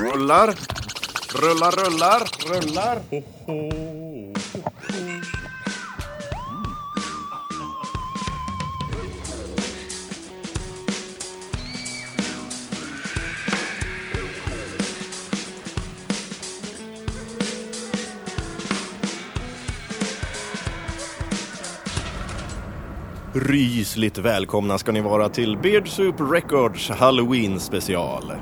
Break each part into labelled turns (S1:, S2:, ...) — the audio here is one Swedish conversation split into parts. S1: Rullar. Rullar, rullar, rullar. Rysligt välkomna ska ni vara till Beardsoup Records Halloween special.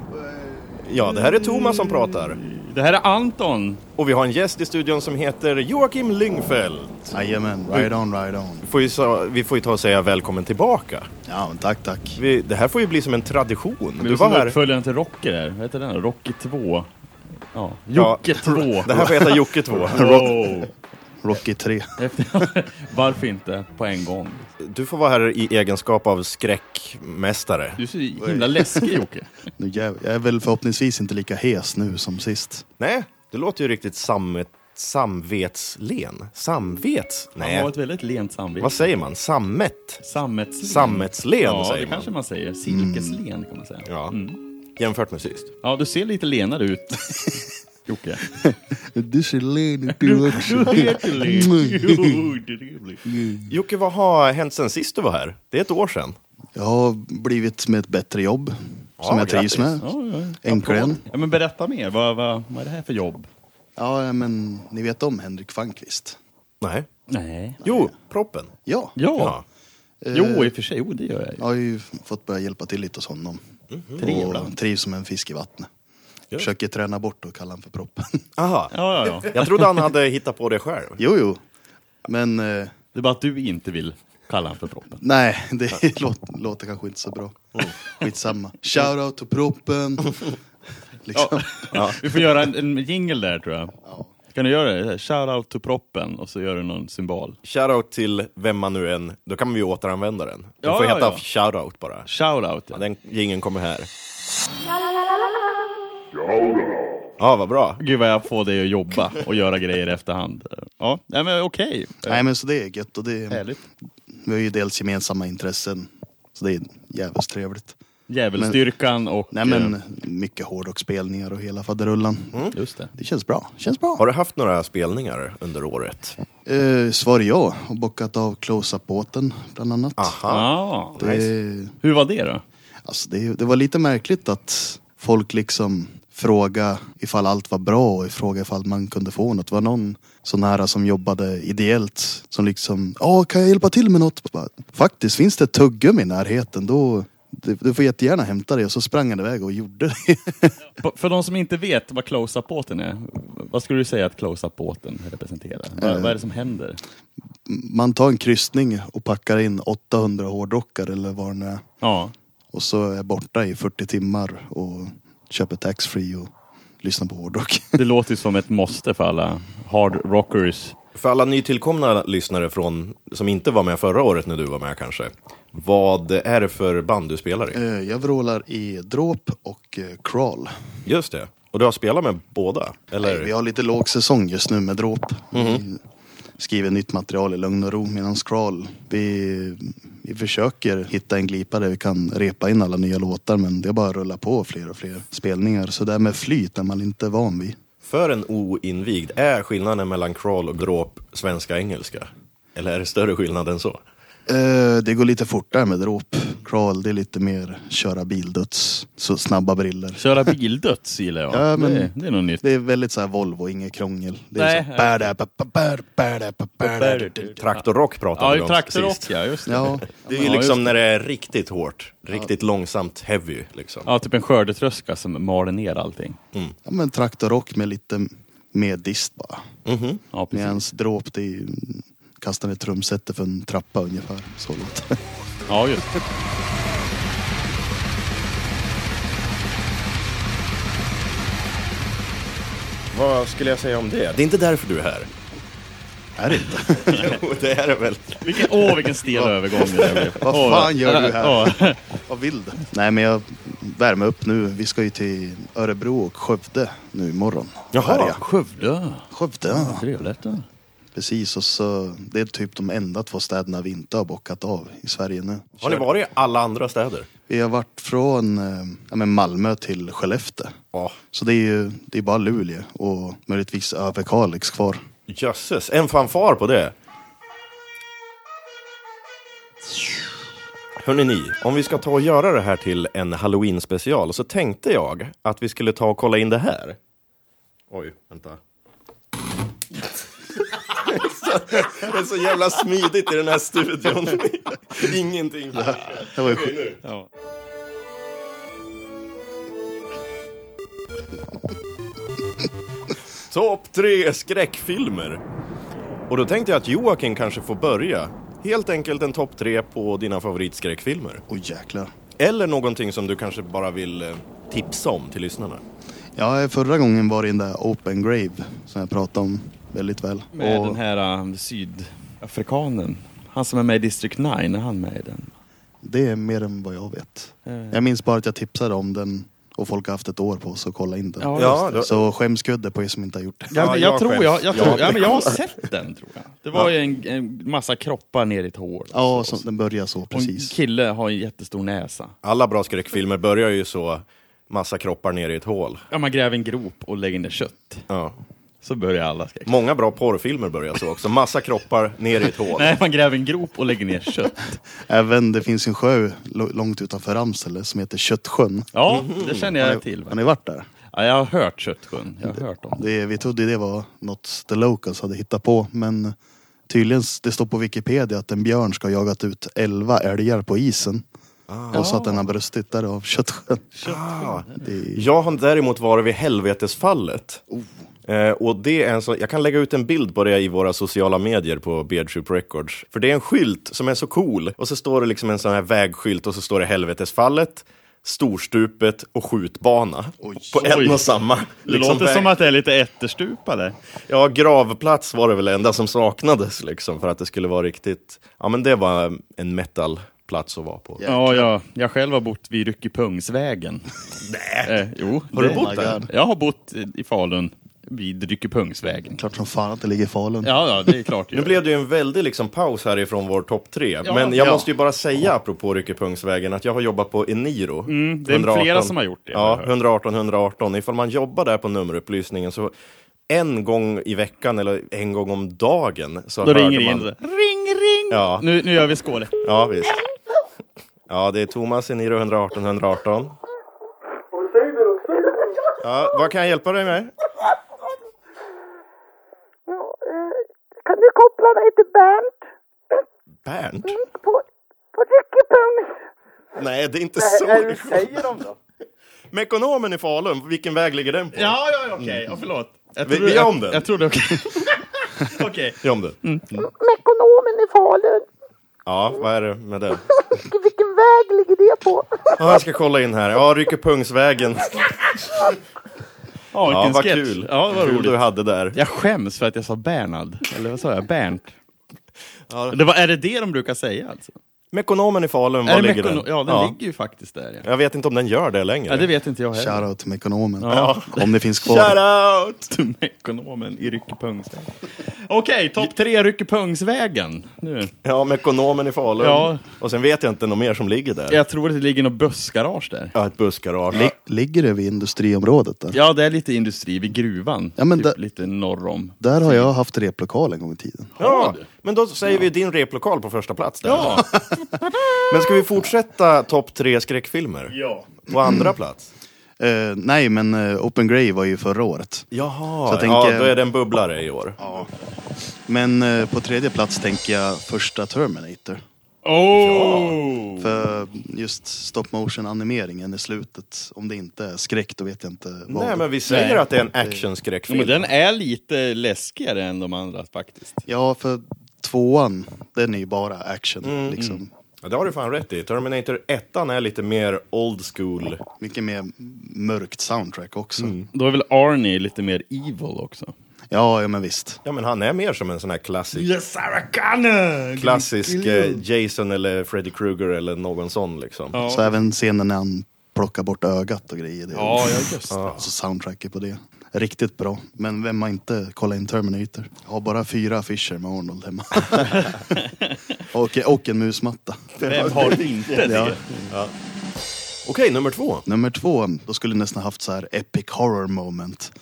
S1: Ja, det här är Thomas som pratar.
S2: Det här är Anton.
S1: Och vi har en gäst i studion som heter Joakim Lyngfeldt.
S3: Jajamän, right on, right on.
S1: Får ju sa- Vi får ju ta och säga välkommen tillbaka.
S3: Ja, men tack, tack.
S1: Vi, det här får ju bli som en tradition.
S2: Du
S1: Du var här...
S2: Uppföljaren till Rocky där. Vad heter den? Rocky 2. Ja.
S1: Ja,
S2: Jocke 2.
S1: Det här får heta Jocke 2.
S2: Wow.
S3: Rocky 3.
S2: Efter- Varför inte på en gång?
S1: Du får vara här i egenskap av skräckmästare.
S2: Du är så himla läskig Jocke.
S3: Nu, jag, jag är väl förhoppningsvis inte lika hes nu som sist.
S1: Nej, det låter ju riktigt sam... samvetslen. Samvets?
S2: Han har
S1: Nej,
S2: ett väldigt lent samvete.
S1: vad säger man? Sammet?
S2: Sammetslen.
S1: Sammetslen
S2: ja,
S1: säger
S2: det
S1: man. Mm.
S2: kanske Mm. man säger. Silkeslen kan man säga.
S1: Ja. Jämfört med sist.
S2: Ja, du ser lite lenare ut. Jocke.
S3: Du ser lenig du också.
S1: Mm. Jocke, vad har hänt sen sist du var här? Det är ett år sedan.
S3: Jag har blivit med ett bättre jobb. som jag trivs
S1: grattis.
S3: med.
S2: Ja, ja.
S3: Äntligen.
S2: Ja, men berätta mer. Vad, vad, vad är det här för jobb?
S3: Ja, men ni vet om Henrik Fankvist?
S1: Nej.
S2: Nej.
S1: Jo, proppen.
S3: Ja.
S2: Ja.
S1: Ja.
S2: Jo, i och för sig. Jo, det gör jag ju.
S3: Jag har ju fått börja hjälpa till lite hos honom. Och
S2: Trevligt.
S3: trivs som en fisk i vattnet. Försöker träna bort och kalla honom för proppen.
S1: Aha.
S2: Ja, ja, ja.
S1: Jag trodde han hade hittat på det själv.
S3: jo, jo. Men eh,
S2: Det är bara att du inte vill kalla han för proppen.
S3: Nej, det låter, låter kanske inte så bra. Skitsamma. Shoutout till proppen. Liksom.
S2: Vi får göra en, en jingle där tror jag. Kan du göra det? Shoutout to proppen och så gör du någon symbol.
S1: Shoutout till vem man nu än... Då kan man ju återanvända den. Den
S2: Ja,
S1: får
S2: ja,
S1: heta
S2: ja.
S1: shoutout bara.
S2: Shoutout
S1: Ja,
S2: ja.
S1: Den ingen kommer här. Ja, vad bra.
S2: Gud vad jag får dig att jobba och göra grejer i efterhand. Ja, nej, men okej.
S3: Nej men så det är gött och det,
S2: Härligt.
S3: vi har ju dels gemensamma intressen. Så det är jävligt trevligt.
S2: Djävulsdyrkan och...
S3: Nej men mycket hårdrocksspelningar och hela faderullan.
S2: eh, Just det.
S3: Det känns bra. Känns bra.
S1: Har du haft några spelningar under året?
S3: Eh, svar ja. Och bockat av Close-Up-båten bland annat.
S1: Aha.
S2: Ah,
S3: Det,
S2: hur var det då?
S3: alltså det, det var lite märkligt att folk liksom fråga ifall allt var bra och fråga ifall man kunde få något. Det var någon så nära som jobbade ideellt som liksom, ja kan jag hjälpa till med något? Bara, Faktiskt, finns det ett tuggummi i närheten då du, du får jättegärna hämta det. Och så sprang han iväg och gjorde det.
S2: På- För de som inte vet vad close-up båten är, vad skulle du säga att close-up båten representerar? Vad, vad är det som händer?
S3: Man tar en kryssning och packar in 800 hårdrockar eller vad det nu är.
S2: Ja,
S3: Och så är jag borta i 40 timmar och köper taxfree och lyssnar på hårdrock.
S2: Det låter ju som ett måste för alla hard rockers.
S1: För alla nytillkomna lyssnare från, som inte var med förra året när du var med kanske. Vad är det för band du spelar i?
S3: Eh, Jag vrålar i dråp och eh, crawl.
S1: Just det. Och du har spelat med båda? Eller?
S3: Vi har lite låg säsong just nu med dråp.
S2: Mhm.
S3: Vi skriver nytt material i lugn och ro medan crawl. Vi, vi försöker hitta en glipa där vi kan repa in alla nya låtar men det är bara att rulla på fler och fler spelningar. Så det här med flyt är man inte van vid.
S1: För en oinvigd, är skillnaden mellan crawl och dråp svenska-engelska? Eller är det större skillnad än så?
S3: Eh, Det går lite fortare med dråp. Crawl det är lite mer köra bilduts. Så snabba briller.
S2: Köra bildöds gillar jag.
S3: Ja, men-
S2: det, det är något nytt.
S3: Det är väldigt så här Volvo, inget krångel. Det
S2: Nej.
S3: är så bada, ba, ba, bada, bada, ba, bada,
S1: typ
S3: du, du.
S1: Traktorrock pratade
S2: typ. Ja,
S1: vi
S2: ju
S1: om
S2: traktorrock
S1: sist.
S2: ja, just det. Ja.
S3: Ja,
S1: Det är ju
S2: Ja, just
S1: liksom när det är riktigt hårt, riktigt långsamt heavy liksom.
S2: typ en skördetröska som maler ner allting.
S3: Ja men traktorrock med lite mer dist bara.
S2: Ja, precis.
S3: Medans dråp det är ju kastar ett trumsetet för en trappa ungefär. Så låter det.
S2: Ja, just det.
S1: Vad skulle jag säga om det? Det är inte därför du är här.
S3: Är det inte?
S1: Jo, det är det väl.
S2: Vilken, åh, vilken stel övergång det där blev.
S3: Vad
S2: Åh,
S3: fan gör du här?
S2: ja.
S3: Vad vill du? Nej men jag värmer upp nu. Vi ska ju till Örebro och Skövde nu imorgon.
S1: Jaha.
S3: Färja.
S2: Skövde.
S3: Skövde ja.
S2: Trevligt. då.
S3: Precis och så det är typ de enda två städerna vi inte har bockat av i Sverige nu.
S1: Har ni varit i alla andra städer?
S3: Vi Jag har varit från eh, ja, men Malmö till Skellefteå.
S1: Ja,
S3: Så det är ju det är bara Luleå och möjligtvis Överkalix kvar.
S1: jösses. En fanfar på det. Hörrni ni, om vi ska ta och göra det här till en halloween-special så tänkte jag att vi skulle ta och kolla in det här. Oj, vänta. Det är så jävla smidigt i den här studion. Ingenting.
S3: Det var ju sjukt.
S2: Ja.
S1: Topp tre skräckfilmer. Och då tänkte jag att Joakim kanske får börja. Helt enkelt en topp tre på dina favoritskräckfilmer.
S3: Oj jäklar.
S1: Eller någonting som du kanske bara vill eh, tipsa om till lyssnarna.
S3: Ja, förra gången var det den där Open Grave som jag pratade om väldigt väl.
S2: Med den här um, sydafrikanen. Han som är med i District 9, är han med i den?
S3: Det är mer än vad jag vet.
S2: Eh,
S3: Jag minns bara att jag tipsade om den och folk har haft ett år på sig att kolla in den.
S2: Ja,
S1: Ja, då,
S3: Så skämskudde på er som inte har gjort det.
S2: Ja, men jag,
S1: jag
S2: tror
S1: skäms.
S2: jag, jag,
S1: Ja,
S2: tror, ja,
S1: det-
S2: men jag har sett den tror jag. Det var ju en, en massa kroppar ner i ett hål.
S3: Ja, som, den börjar så
S2: Och en
S3: precis.
S2: kille har en jättestor näsa.
S1: alla bra skräckfilmer börjar ju så. Massa kroppar ner i ett hål.
S2: Ja, man gräver en grop och lägger ner kött.
S1: Ja.
S2: Så börjar alla skräck.
S1: Många bra porrfilmer börjar så också. Massa kroppar ner i ett hål.
S2: Nej, man gräver en grop och lägger ner kött.
S3: Även det finns en sjö lo- långt utanför Ramsele som heter Köttsjön.
S2: Ja,
S1: Mm-hmm.
S2: det känner jag till.
S3: Har ni varit där?
S2: Ja, jag har hört Köttsjön. Jag har hört om det.
S3: Det, vi trodde det var något The Locals hade hittat på men tydligen, s- det står på Wikipedia att en björn ska ha jagat ut 11 älgar på isen.
S2: Ah.
S3: Och så att den har brustit där av köttsjön.
S1: Ah.
S3: Det är,
S1: Jag har däremot varit vid helvetesfallet. Eh, och det är en så, jag kan lägga ut en bild på det i våra sociala medier på Beardshoop Records. För det är en skylt som är så cool. Och så står det liksom en sån här vägskylt och så står det helvetesfallet, storstupet och skjutbana. på en
S2: Oj.
S1: och samma.
S2: Det
S1: liksom,
S2: låter
S1: väg.
S2: som att det är lite ätterstupade.
S1: Ja, gravplats var det väl enda som saknades liksom för att det skulle vara riktigt. Ja, men det var en metalplats att vara på.
S2: Ja, jag, jag själv har bott vid Ryckepungsvägen. Nej. Eh, jo.
S1: Har du
S2: det-
S1: bott
S3: där?
S2: Jag har bott i Falun vid Ryckepungsvägen.
S3: klart som fan att det ligger i Falun.
S2: Ja, ja, det är klart. det
S1: Nu
S2: gör.
S1: blev det ju en väldig liksom paus härifrån vår topp tre.
S2: Ja,
S1: men jag
S2: ja.
S1: måste ju bara säga apropå Ryckepungsvägen att jag har jobbat på Eniro.
S2: Mm, det är flera som har gjort det, har jag
S1: Ja,
S2: hört.
S1: 118 118. Ifall man jobbar där på nummerupplysningen så en gång i veckan eller en gång om dagen så
S2: Då
S1: hörde
S2: ringer det in.
S1: man...
S2: så där. Ring, ring!
S1: Ja.
S2: Nu, nu gör vi skål.
S1: Ja, visst. Ja, det är Thomas Eniro 118 118. Ja, vad kan jag hjälpa dig med?
S4: Ja, eh, kan du koppla mig till Bernt
S1: Bernt?
S4: på, på Ryckepungs?
S1: Nej, det är inte så.
S4: säger de då?
S1: Mekonomen i Falun, vilken väg ligger den på?
S2: Ja, ja, ja, okej. Ja, förlåt. Jag
S1: Vi-
S2: trodde-
S1: vi gör om
S2: jag-
S1: den.
S2: Jag trodde... Okej. Okej.
S1: Gör om det.
S2: Mm.
S4: Mekonomen i Falun.
S1: Ja, vad är det med det?
S4: Vilken, vilken väg ligger det på?
S1: Ja, jag ska kolla in här. Ja, Ryckepungsvägen.
S2: Ja,
S1: Ja,
S2: vilken
S1: vad
S2: sketch.
S1: kul.
S2: Ja, vad
S1: kul
S2: roligt.
S1: du hade där.
S2: Jag skäms för att jag sa Bernhard. Eller vad sa jag? Bernt.
S1: Ja.
S2: Det var, är det det de brukar säga alltså?
S1: Mekonomen i Falun, var
S2: är det
S1: ligger
S2: Mekono-
S1: den?
S2: Ja, den ligger ju faktiskt där. Ja.
S1: Jag vet inte om den gör det längre.
S2: Ja, det vet inte jag heller.
S3: Shoutout till Mekonomen.
S2: Ja.
S3: Om det finns kvar.
S1: Shout out!
S2: Till Mekonomen i Ryckepungsvägen. Okej, topp tre Ryckepungsvägen. Nu.
S1: Ja, Mekonomen i Falun.
S2: Ja.
S1: Och sen vet jag inte något mer som ligger där.
S2: Jag tror att det ligger något bussgarage där.
S1: Ja, ett bussgarage.
S3: Ligger det vid industriområdet där?
S2: Ja, det är lite industri vid gruvan.
S3: Ja, men
S2: typ
S3: där-
S2: lite norr om.
S3: Där har jag haft replokal en gång i tiden.
S1: Ja, men då säger vi din replokal på första plats där. Men ska vi fortsätta topp tre skräckfilmer?
S2: ja.
S1: På andra plats?
S3: Eh, nej, men eh, Open Grave var ju förra året.
S1: Jaha,
S3: Så jag tänker-
S1: ja, då är det en bubblare i år.
S3: Men eh, på tredje plats tänker jag första Terminator.
S2: Oh!
S3: För just stop motion animeringen i slutet, om det inte är skräck då vet jag inte vad.
S1: Nej, men vi säger
S2: Nej.
S1: att det är en actionskräckfilm.
S2: Men den är lite läskigare än de andra faktiskt.
S3: Ja, för tvåan, den är ju bara action liksom.
S1: Ja, det har du fan rätt i. Terminator 1 är lite mer old school.
S3: Mycket mer mörkt soundtrack också.
S2: Då är väl Arnie lite mer evil också?
S3: Ja, ja men visst.
S1: Ja, men han är mer som en sån här klassisk,
S2: Yes, Arakana!
S1: klassisk eh, Jason eller Freddy Krueger eller någon sån liksom.
S2: Ja.
S3: Så även scenen när han plockar bort ögat och grejer. Det är
S2: Ja, ja, just det.
S3: Alltså soundtracket på det. Riktigt bra. Men vem har inte kollat in Terminator? Jag har bara fyra affischer med Arnold hemma. och, och en musmatta.
S2: Vem har inte det?
S3: Ja.
S1: Okej, nummer två.
S3: Nummer två, då skulle jag nästan haft så här epic horror moment.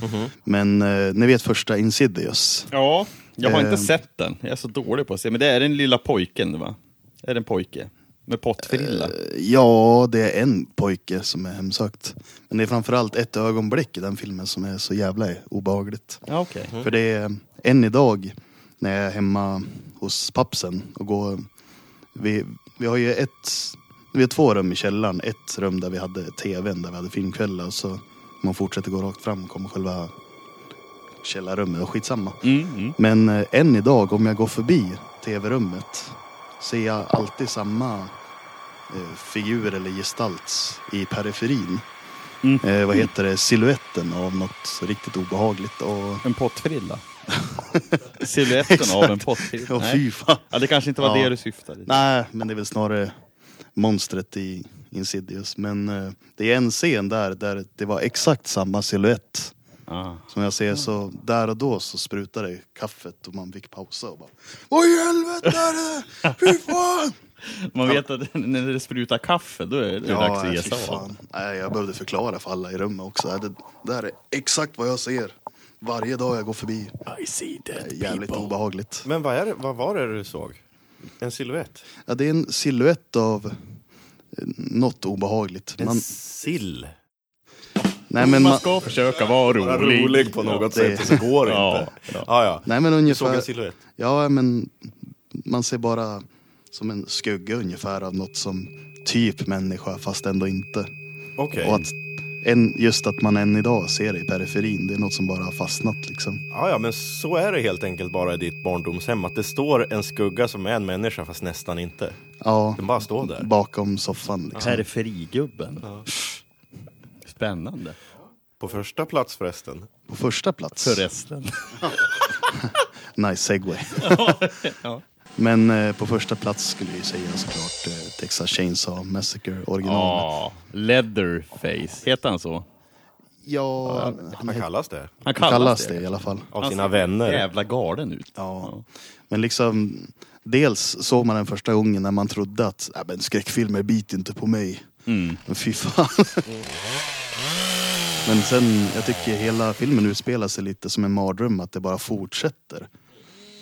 S3: Men eh, ni vet första Insidious?
S2: Ja, jag har inte
S3: Ehm.
S2: sett den. Jag är så dålig på att se. Men det är den lilla pojken va? Är det en pojke? Med pottfrilla?
S3: Ja, det är en pojke som är hemsökt. Men det är framförallt ett ögonblick i den filmen som är så jävla obehagligt.
S2: ja, okej.
S3: För det är än idag när jag är hemma hos pappsen och går... Vi, vi har ju ett... Vi har två rum i källaren. Ett rum där vi hade tvn, där vi hade filmkvällar. Och så om man fortsätter gå rakt fram kommer själva källarrummet. Och skitsamma.
S2: Mm, mm.
S3: Men eh, än idag, om jag går förbi tv-rummet, ser jag alltid samma eh, figur eller gestalt i periferin.
S2: Mm.
S3: Eh, vad heter det? Siluetten av något riktigt obehagligt. Och,
S2: En pottfrilla? Silhuetten av en pottfrilla?
S3: och
S2: Nej.
S3: fy fan.
S2: Ja, det kanske inte var
S3: Ja.
S2: det du syftade till.
S3: Nej, men det är väl snarare monstret i Insidious. Men eh, det är en scen där, där det var exakt samma siluett
S2: Ah.
S3: Som jag ser så där och då så sprutade det kaffet och man fick pausa och bara Vad i helvete är det? Fy fan!
S2: Man vet att när det sprutar kaffe, då är det dags att ge
S3: fy
S2: sig av.
S3: fan. Nej, jag behövde förklara för alla i rummet också. Det där är exakt vad jag ser varje dag jag går förbi.
S2: I see
S3: Det är
S2: that
S3: jävligt obehagligt.
S1: Men vad, är det, vad var det du såg? En silhuett?
S3: Ja, det är en siluett av eh, något obehagligt.
S1: En
S3: Man,
S1: sill?
S3: nej, men
S2: Man
S3: man-
S2: ska försöka vara
S1: Bara
S2: rolig.
S1: rolig på något
S3: det-
S1: sätt, och så går det
S2: Ja,
S1: inte. Ja, ja.
S3: nej, men
S1: Du såg en
S3: ungefär.
S1: silhuett?
S3: Ja, men man ser bara som en skugga ungefär av något som typ människa fast ändå inte.
S1: Okej.
S3: Och att en, just att man än idag ser det i periferin, det är något som bara har fastnat liksom.
S1: Ja, ja, men så är det helt enkelt bara i ditt barndomshem. Att det står en skugga som är en människa, fast nästan inte.
S3: Ja,
S1: Den bara står där.
S3: bakom soffan liksom.
S2: Periferigubben. Spännande.
S1: På första plats förresten.
S3: På första plats.
S2: Förresten.
S3: Nice segway.
S2: Ja.
S3: Men eh, på första plats skulle jag ju säga såklart eh, Texas Chainsaw Massacre originalet.
S2: Ja, Leatherface. Heter han så?
S3: Ja, han,
S1: Vad kallas det?
S2: Han
S3: kallas, kallas det i alla fall.
S1: Av
S2: Han
S1: sina
S2: ser
S1: vänner.
S2: Jävla galen ut.
S3: Ja. Men liksom, dels såg man den första gången när man trodde att "Nej, men skräckfilmer biter inte på mig. Men fy fan. Men sen, jag tycker hela filmen utspelar sig lite som en mardröm, att det bara fortsätter.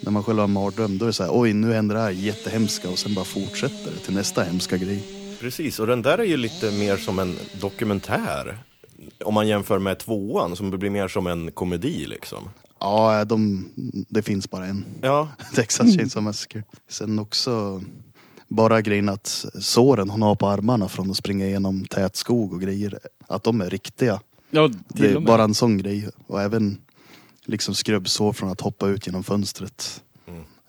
S3: När man själv har en mardröm, då är det så här, oj nu händer det här jättehemska och sen bara fortsätter det till nästa hemska grej.
S1: Precis, och den där är ju lite mer som en dokumentär. Om man jämför med tvåan som blir mer som en komedi liksom.
S3: Ja, de, det finns bara en.
S1: Ja,
S2: Mm.
S3: Texas Chainsaw Massacre. Sen också bara grejen att såren hon har på armarna från att springa igenom tät skog och grejer, att de är riktiga.
S2: Ja,
S3: Det
S2: till
S3: är
S2: och med.
S3: bara en sån grej. Och även liksom skrubbsår från att hoppa ut genom fönstret.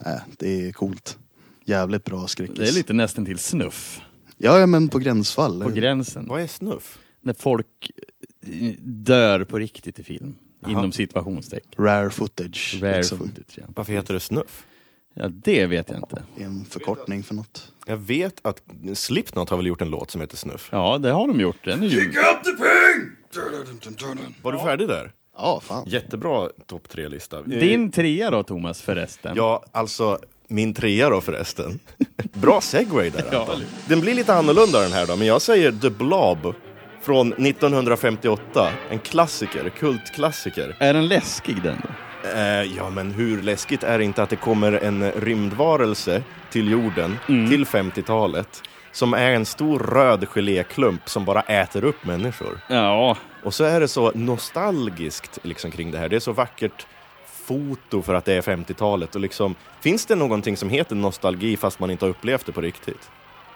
S3: Äh, det är coolt. Jävligt bra skräckis.
S2: Mm. Det är lite nästan till snuff.
S3: Ja, ja, men på gränsfall.
S2: På gränsen.
S1: vad är snuff?
S2: När folk eh, dör på riktigt i film. Inom situationstecken.
S3: Rare footage.
S2: Rare
S3: liksom.
S2: footage. Ja.
S1: Varför heter det snuff?
S2: ja, det vet jag inte.
S3: En förkortning för något.
S1: Jag vet att Slipknot har väl gjort en låt som heter Snuff.
S2: Ja, det har de gjort. Den är ju...
S1: Var du färdig där?
S3: Ja, fan.
S1: Jättebra topp tre-lista.
S2: Din trea då, Thomas, förresten.
S1: Ja, alltså min trea då förresten. Bra segway där.
S2: Ja.
S1: Anton. Den blir lite annorlunda den här då, men jag säger The Blob från 1958. En klassiker, kultklassiker.
S2: Är den läskig den då?
S1: Eh, ja, men hur läskigt är det inte att det kommer en rymdvarelse till jorden till 50-talet som är en stor röd geléklump som bara äter upp människor.
S2: Ja,
S1: Och så är det så nostalgiskt liksom, kring det här. Det är så vackert foto för att det är 50-talet. Och liksom, finns det någonting som heter nostalgi fast man inte har upplevt det på riktigt?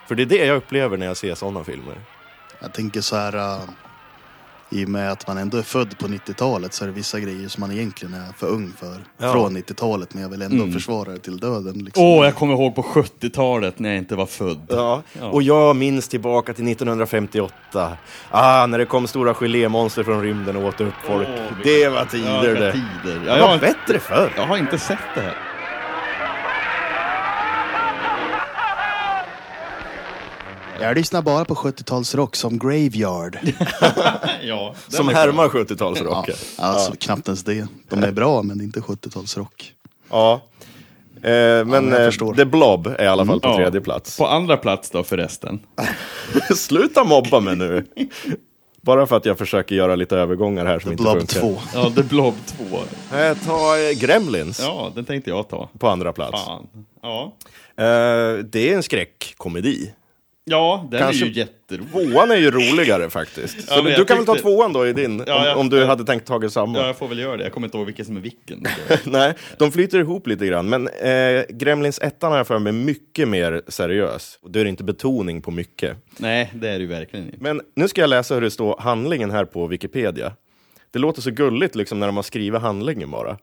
S1: För det är det jag upplever när jag ser sådana filmer.
S3: Jag tänker så här. äh, I och med att man ändå är född på 90-talet så är det vissa grejer som man egentligen är för ung för.
S1: Ja.
S3: Från 90-talet, men jag vill ändå försvara det till döden. Liksom.
S2: Åh, jag kommer ihåg på 70-talet när jag inte var född.
S1: Ja. Och jag minns tillbaka till 1958. Ah, när det kom stora gelémonster från rymden och åt upp folk. det var tider
S2: Jävla
S1: det.
S2: tider.
S1: Det
S2: Ja, jag,
S1: var
S2: har inte,
S1: bättre förr.
S2: jag har inte sett det här.
S3: Jag lyssnar bara på 70-talsrock som Graveyard.
S2: Ja, den
S1: Som
S2: är
S1: härmar
S3: Ja,
S1: 70-talsrocken.
S3: alltså knappt ens det. De är bra men det är inte 70-talsrock.
S1: Ja. Eh, men
S3: jag
S1: eh,
S3: förstår.
S1: The Blob är i alla fall på
S2: Mm. Ja.
S1: tredje plats.
S2: På andra plats då förresten.
S1: Sluta mobba mig nu! Bara för att jag försöker göra lite övergångar här som inte
S3: Blob
S1: funkar.
S3: 2.
S2: Ja, The Blob 2.
S1: Eh, ta eh, Gremlins
S2: Ja, den tänkte jag ta.
S1: på andra plats.
S2: Fan. Ja,
S1: Eh, det är en skräckkomedi.
S2: ja den
S1: Kanske-
S2: är ju jätterolig.
S1: Tvåan är ju roligare faktiskt. Så
S2: men
S1: du
S2: jag
S1: du kan väl ta
S2: tyckte-
S1: tvåan då i din,
S2: Ja,
S1: om,
S2: jag-
S1: om du hade tänkt tagit samma.
S2: Ja, jag får väl göra det. Jag kommer inte ihåg vilken som är vilken.
S1: Nej, de flyter ihop lite grann. Men eh, Gremlins 1 har jag för mig mycket mer seriös. Och Då är det inte betoning på mycket.
S2: Nej, det är det ju verkligen inte.
S1: Men nu ska jag läsa hur det står handlingen här på Wikipedia. Det låter så gulligt liksom när de har skrivit handlingen bara.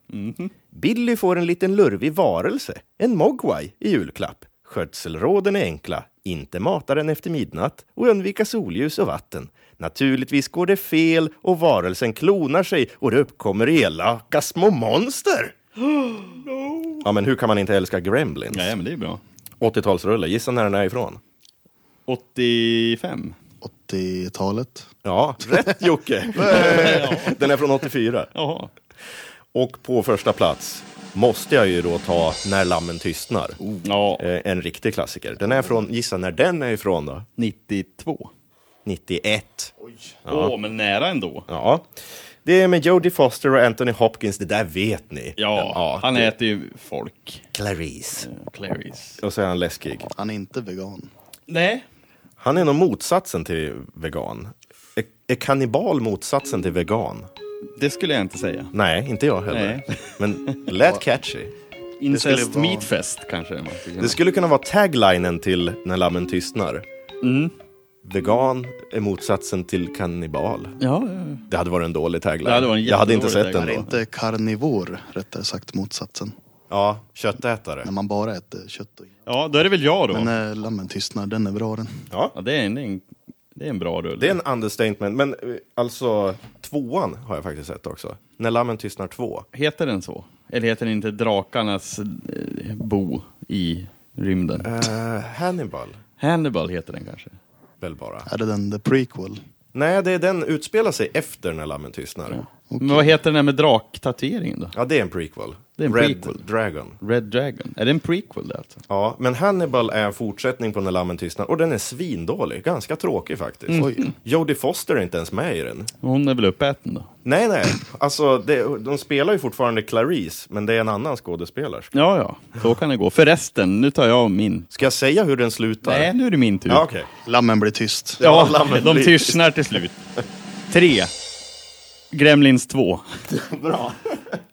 S1: Billy får en liten lurvig varelse, en mogwai, i julklapp. Skötselråden är enkla. Inte mata den efter midnatt och undvika solljus och vatten. Naturligtvis går det fel och varelsen klonar sig och det uppkommer elaka små monster. Ja, men hur kan man inte älska Gremlins?
S2: Nej, men det är bra.
S1: 80-talsrulle, gissa när den är ifrån.
S2: 85.
S3: 80-talet.
S1: Ja, rätt Jocke! Den är från 84.
S2: Jaha.
S1: Och på första plats måste jag ju då ta När lammen tystnar.
S2: Oh. Ja,
S1: Eh, en riktig klassiker. Den är från, gissa när den är ifrån då?
S2: 92.
S1: 91.
S2: Åh, men nära ändå.
S1: Ja. Det är med Jodie Foster och Anthony Hopkins, det där vet ni.
S2: Ja, han
S1: det-
S2: äter ju folk.
S1: Clarice.
S2: Clarice.
S1: Och så är han läskig.
S3: Han är inte vegan.
S2: Nej.
S1: Han är nog motsatsen till vegan. Är, är kannibal motsatsen till vegan?
S2: Det skulle jag inte säga.
S1: Nej, inte jag heller.
S2: Nej.
S1: Men lät catchy.
S2: Incest
S3: vara-
S2: meatfest kanske. Man skulle kunna-
S1: Det skulle kunna vara taglinen till När lammen tystnar.
S2: Mm.
S1: Vegan är motsatsen till kannibal.
S2: Ja, ja, ja.
S1: Det hade varit en dålig tagline.
S2: Det hade varit en
S1: jag hade inte sett
S2: jättedålig
S1: den
S3: Det är
S1: då.
S3: inte karnivor, rättare sagt motsatsen.
S1: Ja, köttätare.
S3: När man bara äter kött. Och...
S2: ja, då är det väl jag då.
S3: Men eh, lammen tystnar, den är bra den.
S2: Ja, det är en, en, det är en bra rulle.
S1: Det är en understatement, men eh, alltså tvåan har jag faktiskt sett också. När lammen tystnar två.
S2: Heter den så? Eller heter den inte Drakarnas eh, bo i rymden?
S1: Eh, Hannibal,
S2: Hannibal heter den kanske.
S1: väl bara.
S3: Är det den the prequel?
S1: Nej, det är den utspelar sig efter När lammen tystnar. Ja,
S2: Men vad heter den här med draktatueringen då?
S1: det är en prequel.
S2: Det är en
S1: Red
S2: prequel.
S1: Dragon.
S2: Red Dragon? Är det en prequel det alltså?
S1: Ja, men Hannibal är en fortsättning på När lammen tystnar och den är svindålig. Ganska tråkig faktiskt.
S2: Mm.
S3: Oj.
S1: Jodie Foster är inte ens med i den.
S2: Hon är väl uppäten då?
S1: Nej, nej. Alltså, det, de spelar ju fortfarande Clarice, men det är en annan skådespelerska.
S2: Ja, ja, så kan det gå. Förresten, nu tar jag min.
S1: Ska jag säga hur den slutar?
S2: Nej, nu är det min tur.
S1: Ja, okej.
S3: Lammen blir tyst.
S1: Ja, lammen
S2: de
S1: blir-
S2: tystnar till slut. Tre. Gremlins 2.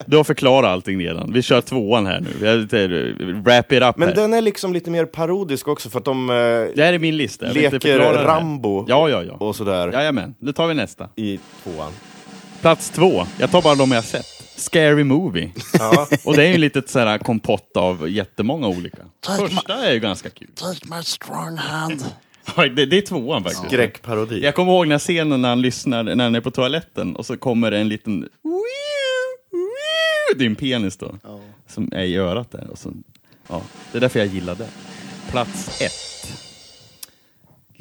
S2: Du har förklarat allting redan. Vi kör tvåan här nu. Jag är lite eh, wrap it up
S1: Men
S2: här.
S1: den är liksom lite mer parodisk också för att de eh,
S2: Det här är min lista. Jag vill inte
S1: leker
S2: förklara den här.
S1: Rambo
S2: Ja, ja, ja.
S1: och sådär
S2: Jajamän, nu tar vi nästa.
S1: i tvåan.
S2: Plats två. Jag tar bara de jag sett. Scary Movie.
S1: Ja.
S2: Och det är ju ett litet så här kompott av jättemånga olika. Första är ju ganska kul.
S3: Take my strong hand.
S2: Ja, Det, det är tvåan faktiskt.
S1: Skräckparodi.
S2: Jag kommer ihåg när scenen när han lyssnar, när han är på toaletten och så kommer det en liten Det är en penis då. Som är i örat där. Och så, ja, det är därför jag gillar det. Plats ett.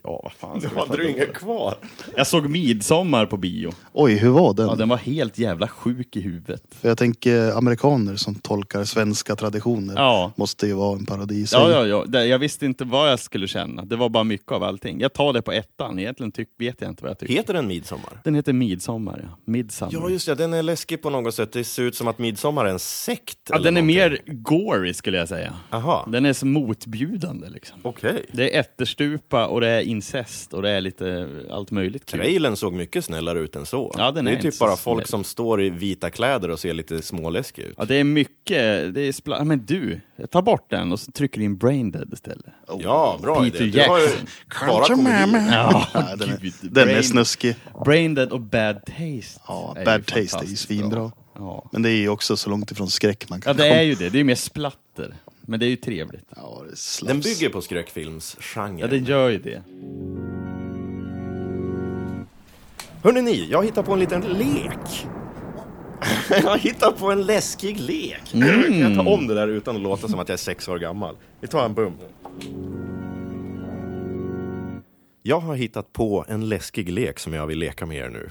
S2: Ja, vad fan ska vi ta
S1: Hade du
S2: då?
S1: inget kvar?
S2: Jag såg Midsommar på bio.
S3: Oj, hur var den?
S2: Ja, den var helt jävla sjuk i huvudet.
S3: För jag tänker eh, amerikaner som tolkar svenska traditioner
S2: Ja.
S3: måste ju vara en parodi i sig.
S2: Ja, ja, ja. Det- Jag visste inte vad jag skulle känna. Det var bara mycket av allting. Jag tar det på ettan. Egentligen tyck, vet jag inte vad jag tycker.
S1: Heter den Midsommar?
S2: Den heter Midsommar, ja. Midsommar.
S1: Ja, just det. Den är läskig på något sätt. Det ser ut som att Midsommar är en sekt.
S2: Ja,
S1: eller
S2: den är
S1: någonting.
S2: mer gory skulle jag säga.
S1: Aha.
S2: Den är så motbjudande liksom.
S1: Okej.
S2: Det är ätterstupa och det är incest och det är lite allt möjligt kul.
S1: Trailern såg mycket snällare ut än så.
S2: Ja, den
S1: det är,
S2: är
S1: typ
S2: inte
S1: bara
S2: så
S1: folk
S2: snäll.
S1: som står i vita kläder och ser lite småläskig ut.
S2: Ja, det är mycket, det är spla- Men du, ta bort den och så trycker in brain dead istället.
S1: Ja, bra
S2: Peter
S1: idé. Du har ju
S2: Jackson.
S1: bara komedi.
S2: Ja,
S3: Nej, den
S2: gud.
S3: är, den är
S2: Brain-
S3: snuskig.
S2: Brain dead och bad taste.
S3: Ja,
S2: är ju
S3: Bad Taste är ju
S2: fantastiskt
S3: svinbra.
S2: Ja.
S3: Men det är ju också så långt ifrån skräck man
S2: ja,
S3: kan
S2: det är ju det. Det är ju mer splatter. Men det är ju trevligt.
S3: komma. Ja, det är slaps.
S1: Den bygger på skräckfilmsgenren.
S2: Ja, den gör ju det.
S1: Hörrni ni, jag hittar på en liten lek. jag hittar på en läskig lek.
S2: Mm.
S1: Kan jag ta om det där utan att låta som att jag är sex år gammal? Vi tar en bum. Jag har hittat på en läskig lek som jag vill leka med er nu.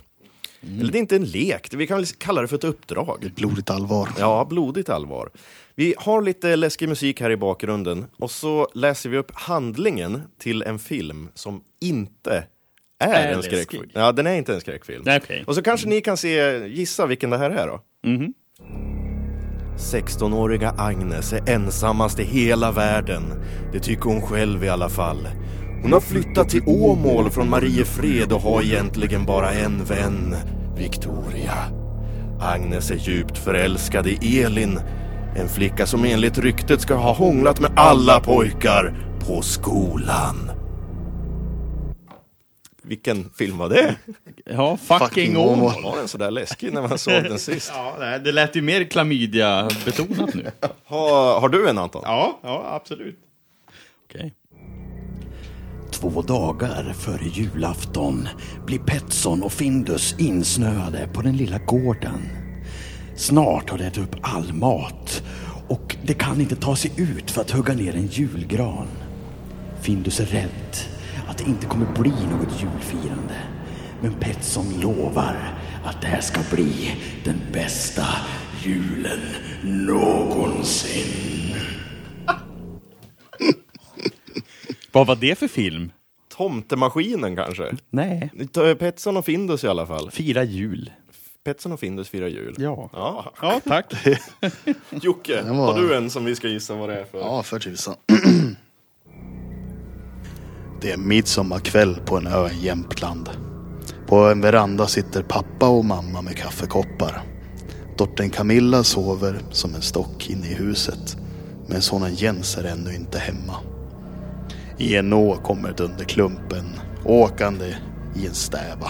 S2: Mm.
S1: Eller det är inte en lek, vi kan väl kalla det för ett uppdrag.
S3: Blodigt allvar.
S1: Ja, blodigt allvar. Vi har lite läskig musik här i bakgrunden och så läser vi upp handlingen till en film som inte är,
S2: Är
S1: en
S2: läskig.
S1: skräckfilm. Ja, den är inte en skräckfilm.
S2: Nej, okej. Mhm.
S1: Och så kanske ni kan se, gissa vilken det här är då. 16-åriga Agnes är ensammast i hela världen. Det tycker hon själv i alla fall. Hon har flyttat till Åmål från Mariefred och har egentligen bara en vän, Victoria. Agnes är djupt förälskad i Elin, en flicka som enligt ryktet ska ha hånglat med alla pojkar på skolan. Vilken film var det?
S2: Ja, fucking,
S3: Fucking
S2: Åmål.
S3: Åmål.
S1: Var den sådär läskig när man såg den sist?
S2: Ja, nej, det lät ju mer klamydia-betonat nu.
S1: Ha, har du en Anton?
S2: ja, ja, absolut. Okej.
S5: Två dagar före julafton blir Petson och Findus insnöade på den lilla gården. Snart har de ätit upp all mat och de kan inte ta sig ut för att hugga ner en julgran. Findus är rädd att det inte kommer bli något julfirande. Men Petson lovar att det här ska bli den bästa julen någonsin.
S2: Vad var det för film?
S1: Tomtemaskinen kanske?
S2: Nej.
S1: Ta- Petson och Findus i alla fall.
S2: Fira jul.
S1: Petson och Findus firar jul.
S2: Ja.
S1: ja.
S2: Ja, tack.
S1: Jocke,
S3: var-
S1: har du en som vi ska gissa vad det är för?
S3: Ja, för tusan. Det är midsommarkväll på en ö i Jämtland. På en veranda sitter pappa och mamma med kaffekoppar. Dottern Camilla sover som en stock inne i huset. Men sonen Jens är ännu inte hemma. I en å kommer Dunderklumpen åkande i en stäva.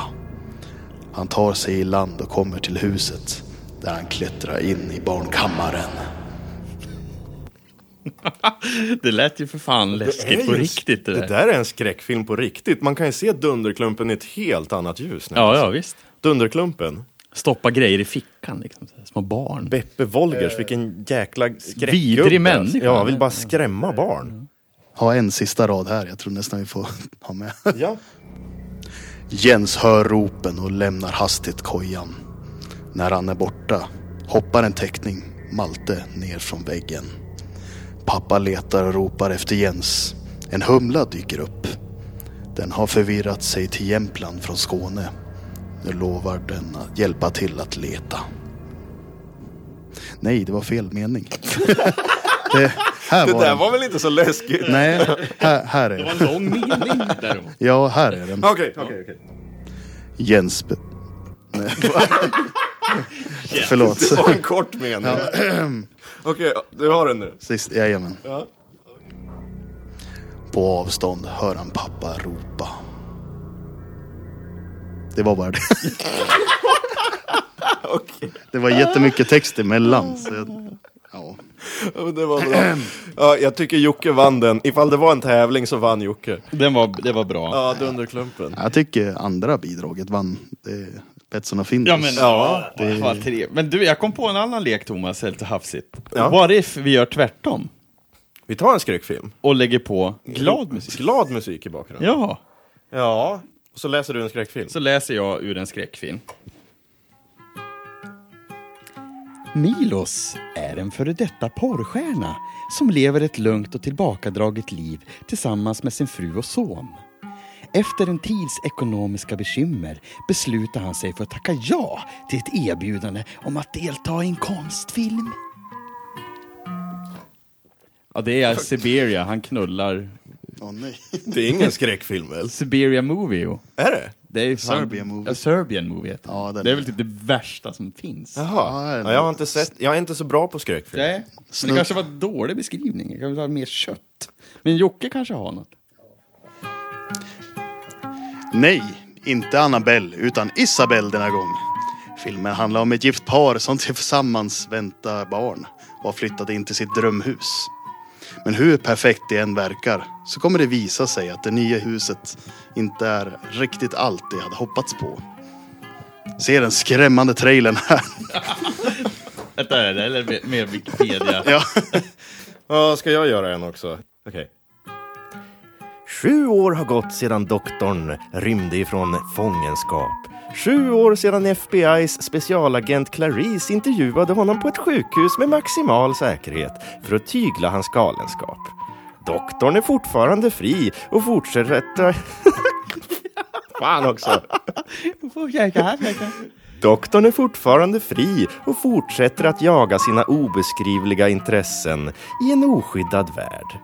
S3: Han tar sig i land och kommer till huset där han klättrar in i barnkammaren.
S2: Det lät ju för fan läskigt på riktigt det
S1: det
S2: där.
S1: där är en skräckfilm på riktigt. Man kan ju se Dunderklumpen i ett helt annat ljus nu.
S2: Ja, ja, visst.
S1: Dunderklumpen.
S2: Stoppa grejer i fickan liksom. så här, Små barn.
S1: Beppe Wolgers,
S3: Eh,
S1: vilken jäkla skräckgubbe.
S2: vidrig människa.
S1: Ja, vill bara skrämma barn.
S3: Ha en sista rad här, jag tror nästan vi får ha med.
S1: Ja.
S3: Jens hör ropen och lämnar hastigt kojan. När han är borta hoppar en teckning, Malte, ner från väggen. Pappa letar och ropar efter Jens. En humla dyker upp. Den har förvirrat sig till Jämtland från Skåne. Nu lovar den att hjälpa till att leta. Nej, det var fel mening. det, här
S1: Det
S3: var
S1: där
S3: den.
S1: var väl inte så läskigt?
S3: Nej, här, här är den.
S2: en lång mening däremot.
S3: Ja, här är den.
S1: Okej, okej, okej.
S3: Jens... Be- Nej. Förlåt.
S1: Det var en kort mening. Okej, du har den nu.
S3: Sist, jajamän.
S1: Ja.
S3: På avstånd hör han pappa ropa. Det var bara det.
S1: Okej.
S3: Det var jättemycket text emellan. Så jag, ja.
S1: Ja, men Det var bra. Ja, jag tycker Jocke vann den. Ifall det var en tävling så vann Jocke.
S2: Den var, det var bra.
S1: Ja, Dunderklumpen.
S3: Jag tycker andra bidraget vann. Det är Betsson och Findus.
S2: Ja, men,
S1: Ja,
S2: ja, vad tre. men du, jag kom på en annan lek Thomas, helt hafsigt.
S1: Ja.
S2: What if vi gör tvärtom
S1: Vi tar en skräckfilm.
S2: och lägger på glad musik?
S1: Glad musik i bakgrunden.
S2: Ja,
S1: Ja. Och så läser du en skräckfilm.
S2: så läser jag ur en skräckfilm. Milos är en före detta porrstjärna som lever ett lugnt och tillbakadraget liv tillsammans med sin fru och son. Efter en tids ekonomiska bekymmer beslutar han sig för att tacka ja till ett erbjudande om att delta i en konstfilm. Ja, det är Siberia. Han knullar
S3: Åh, nej.
S1: Det är ingen skräckfilm väl?
S2: Siberia Movie.
S1: Är det?
S2: Det är ju fan,
S3: Serbian movie.
S2: Ja, Serbian movie heter
S3: Ja, den
S2: det. Det är
S3: är-
S2: väl typ det värsta som finns.
S1: Jaha. Ja, jag har inte sett. Jag är inte så bra på skräckfilm.
S2: Nej, det kanske var en dålig beskrivning. Jag kanske ha mer kött. Men Jocke kanske har något.
S3: Nej, inte Annabelle utan Isabelle denna gång. Filmen handlar om ett gift par som tillsammans väntar barn och har flyttat in till sitt drömhus. Men hur perfekt det än verkar så kommer det visa sig att det nya huset inte är riktigt allt det hade hoppats på. Se den skrämmande trailern här.
S2: Vänta, är det eller mer Wikipedia?
S3: Ja.
S1: Ja, ska jag göra en också? Okej. Sju år har gått sedan doktorn rymde ifrån fångenskap. Sju år sedan FBI's specialagent Clarice intervjuade honom på ett sjukhus med maximal säkerhet för att tygla hans galenskap. Doktorn är fortfarande fri och fortsätter... Fan också! Doktorn är fortfarande fri och fortsätter att jaga sina obeskrivliga intressen i en oskyddad värld.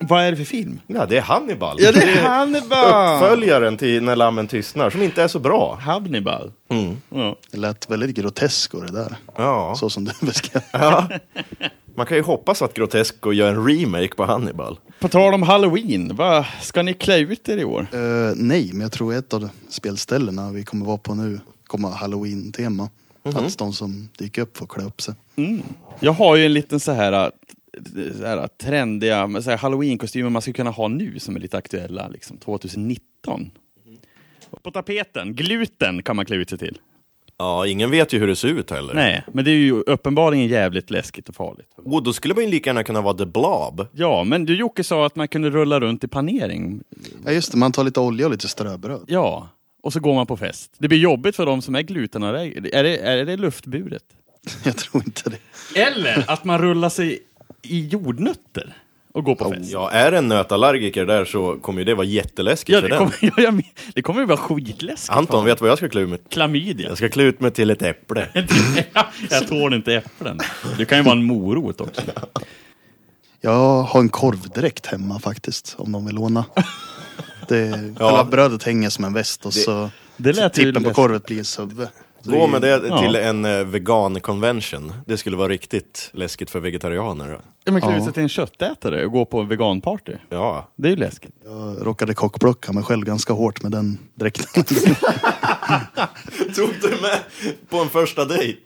S2: Vad är det för film?
S1: Ja, det är Hannibal.
S2: Ja, det är Hannibal!
S1: Uppföljaren till När lammen tystnar, som inte är så bra.
S2: Hannibal. Ja.
S3: Det lät väldigt grotesko det där.
S1: Ja.
S3: Så som du beskrev.
S1: Man kan ju hoppas att Grotesco gör en remake på Hannibal.
S2: På tal om Halloween, va? ska ni klä ut er i år?
S3: Eh, nej, men jag tror ett av de spelställena vi kommer vara på nu kommer ha halloween-tema.
S2: Mhm.
S3: Att de som dyker upp får klä upp sig.
S2: Jag har ju en liten så här, eh, så här trendiga men så här halloween-kostymer man skulle kunna ha nu som är lite aktuella, liksom 2019. Och på tapeten, gluten kan man klä ut sig till.
S1: Ja, ingen vet ju hur det ser ut heller.
S2: Nej, men det är ju uppenbarligen jävligt läskigt och farligt.
S1: Och då skulle man ju lika gärna kunna vara The Blob.
S2: Ja, men du Jocke sa att man kunde rulla runt i panering.
S3: Ja just det, man tar lite olja och lite ströbröd.
S2: Ja, och så går man på fest. Det blir jobbigt för de som är glutenallergiker. Är det, är det luftburet?
S3: Jag tror inte det.
S2: Eller att man rullar sig i jordnötter och går på fest.
S1: Ja, är det en nötallergiker där så kommer ju det vara jätteläskigt
S2: Ja,
S1: för
S2: det
S1: den.
S2: kommer, ja, jag men- det kommer ju vara skitläskigt.
S1: Anton, vet du vad jag ska klä ut mig till?
S2: Klamydia.
S1: Jag ska klä ut mig till ett äpple.
S2: Jag tål inte äpplen. Det kan ju vara en morot också.
S3: Jag har en korvdräkt hemma faktiskt, om de vill låna. Det, Själva brödet hänger som en väst och så
S2: Det lät ju
S3: tippen på
S2: läskigt.
S3: korvet blir ens huvud. Så
S1: Gå med det
S2: Ja.
S1: till en eh, vegan convention. Det skulle vara riktigt läskigt för vegetarianer.
S2: Ja, men klä ut sig till en köttätare och gå på en veganparty.
S1: Ja,
S2: Det är ju läskigt.
S3: Jag råkade kockblocka mig själv ganska hårt med den dräkten.
S1: Tog du med på en första dejt?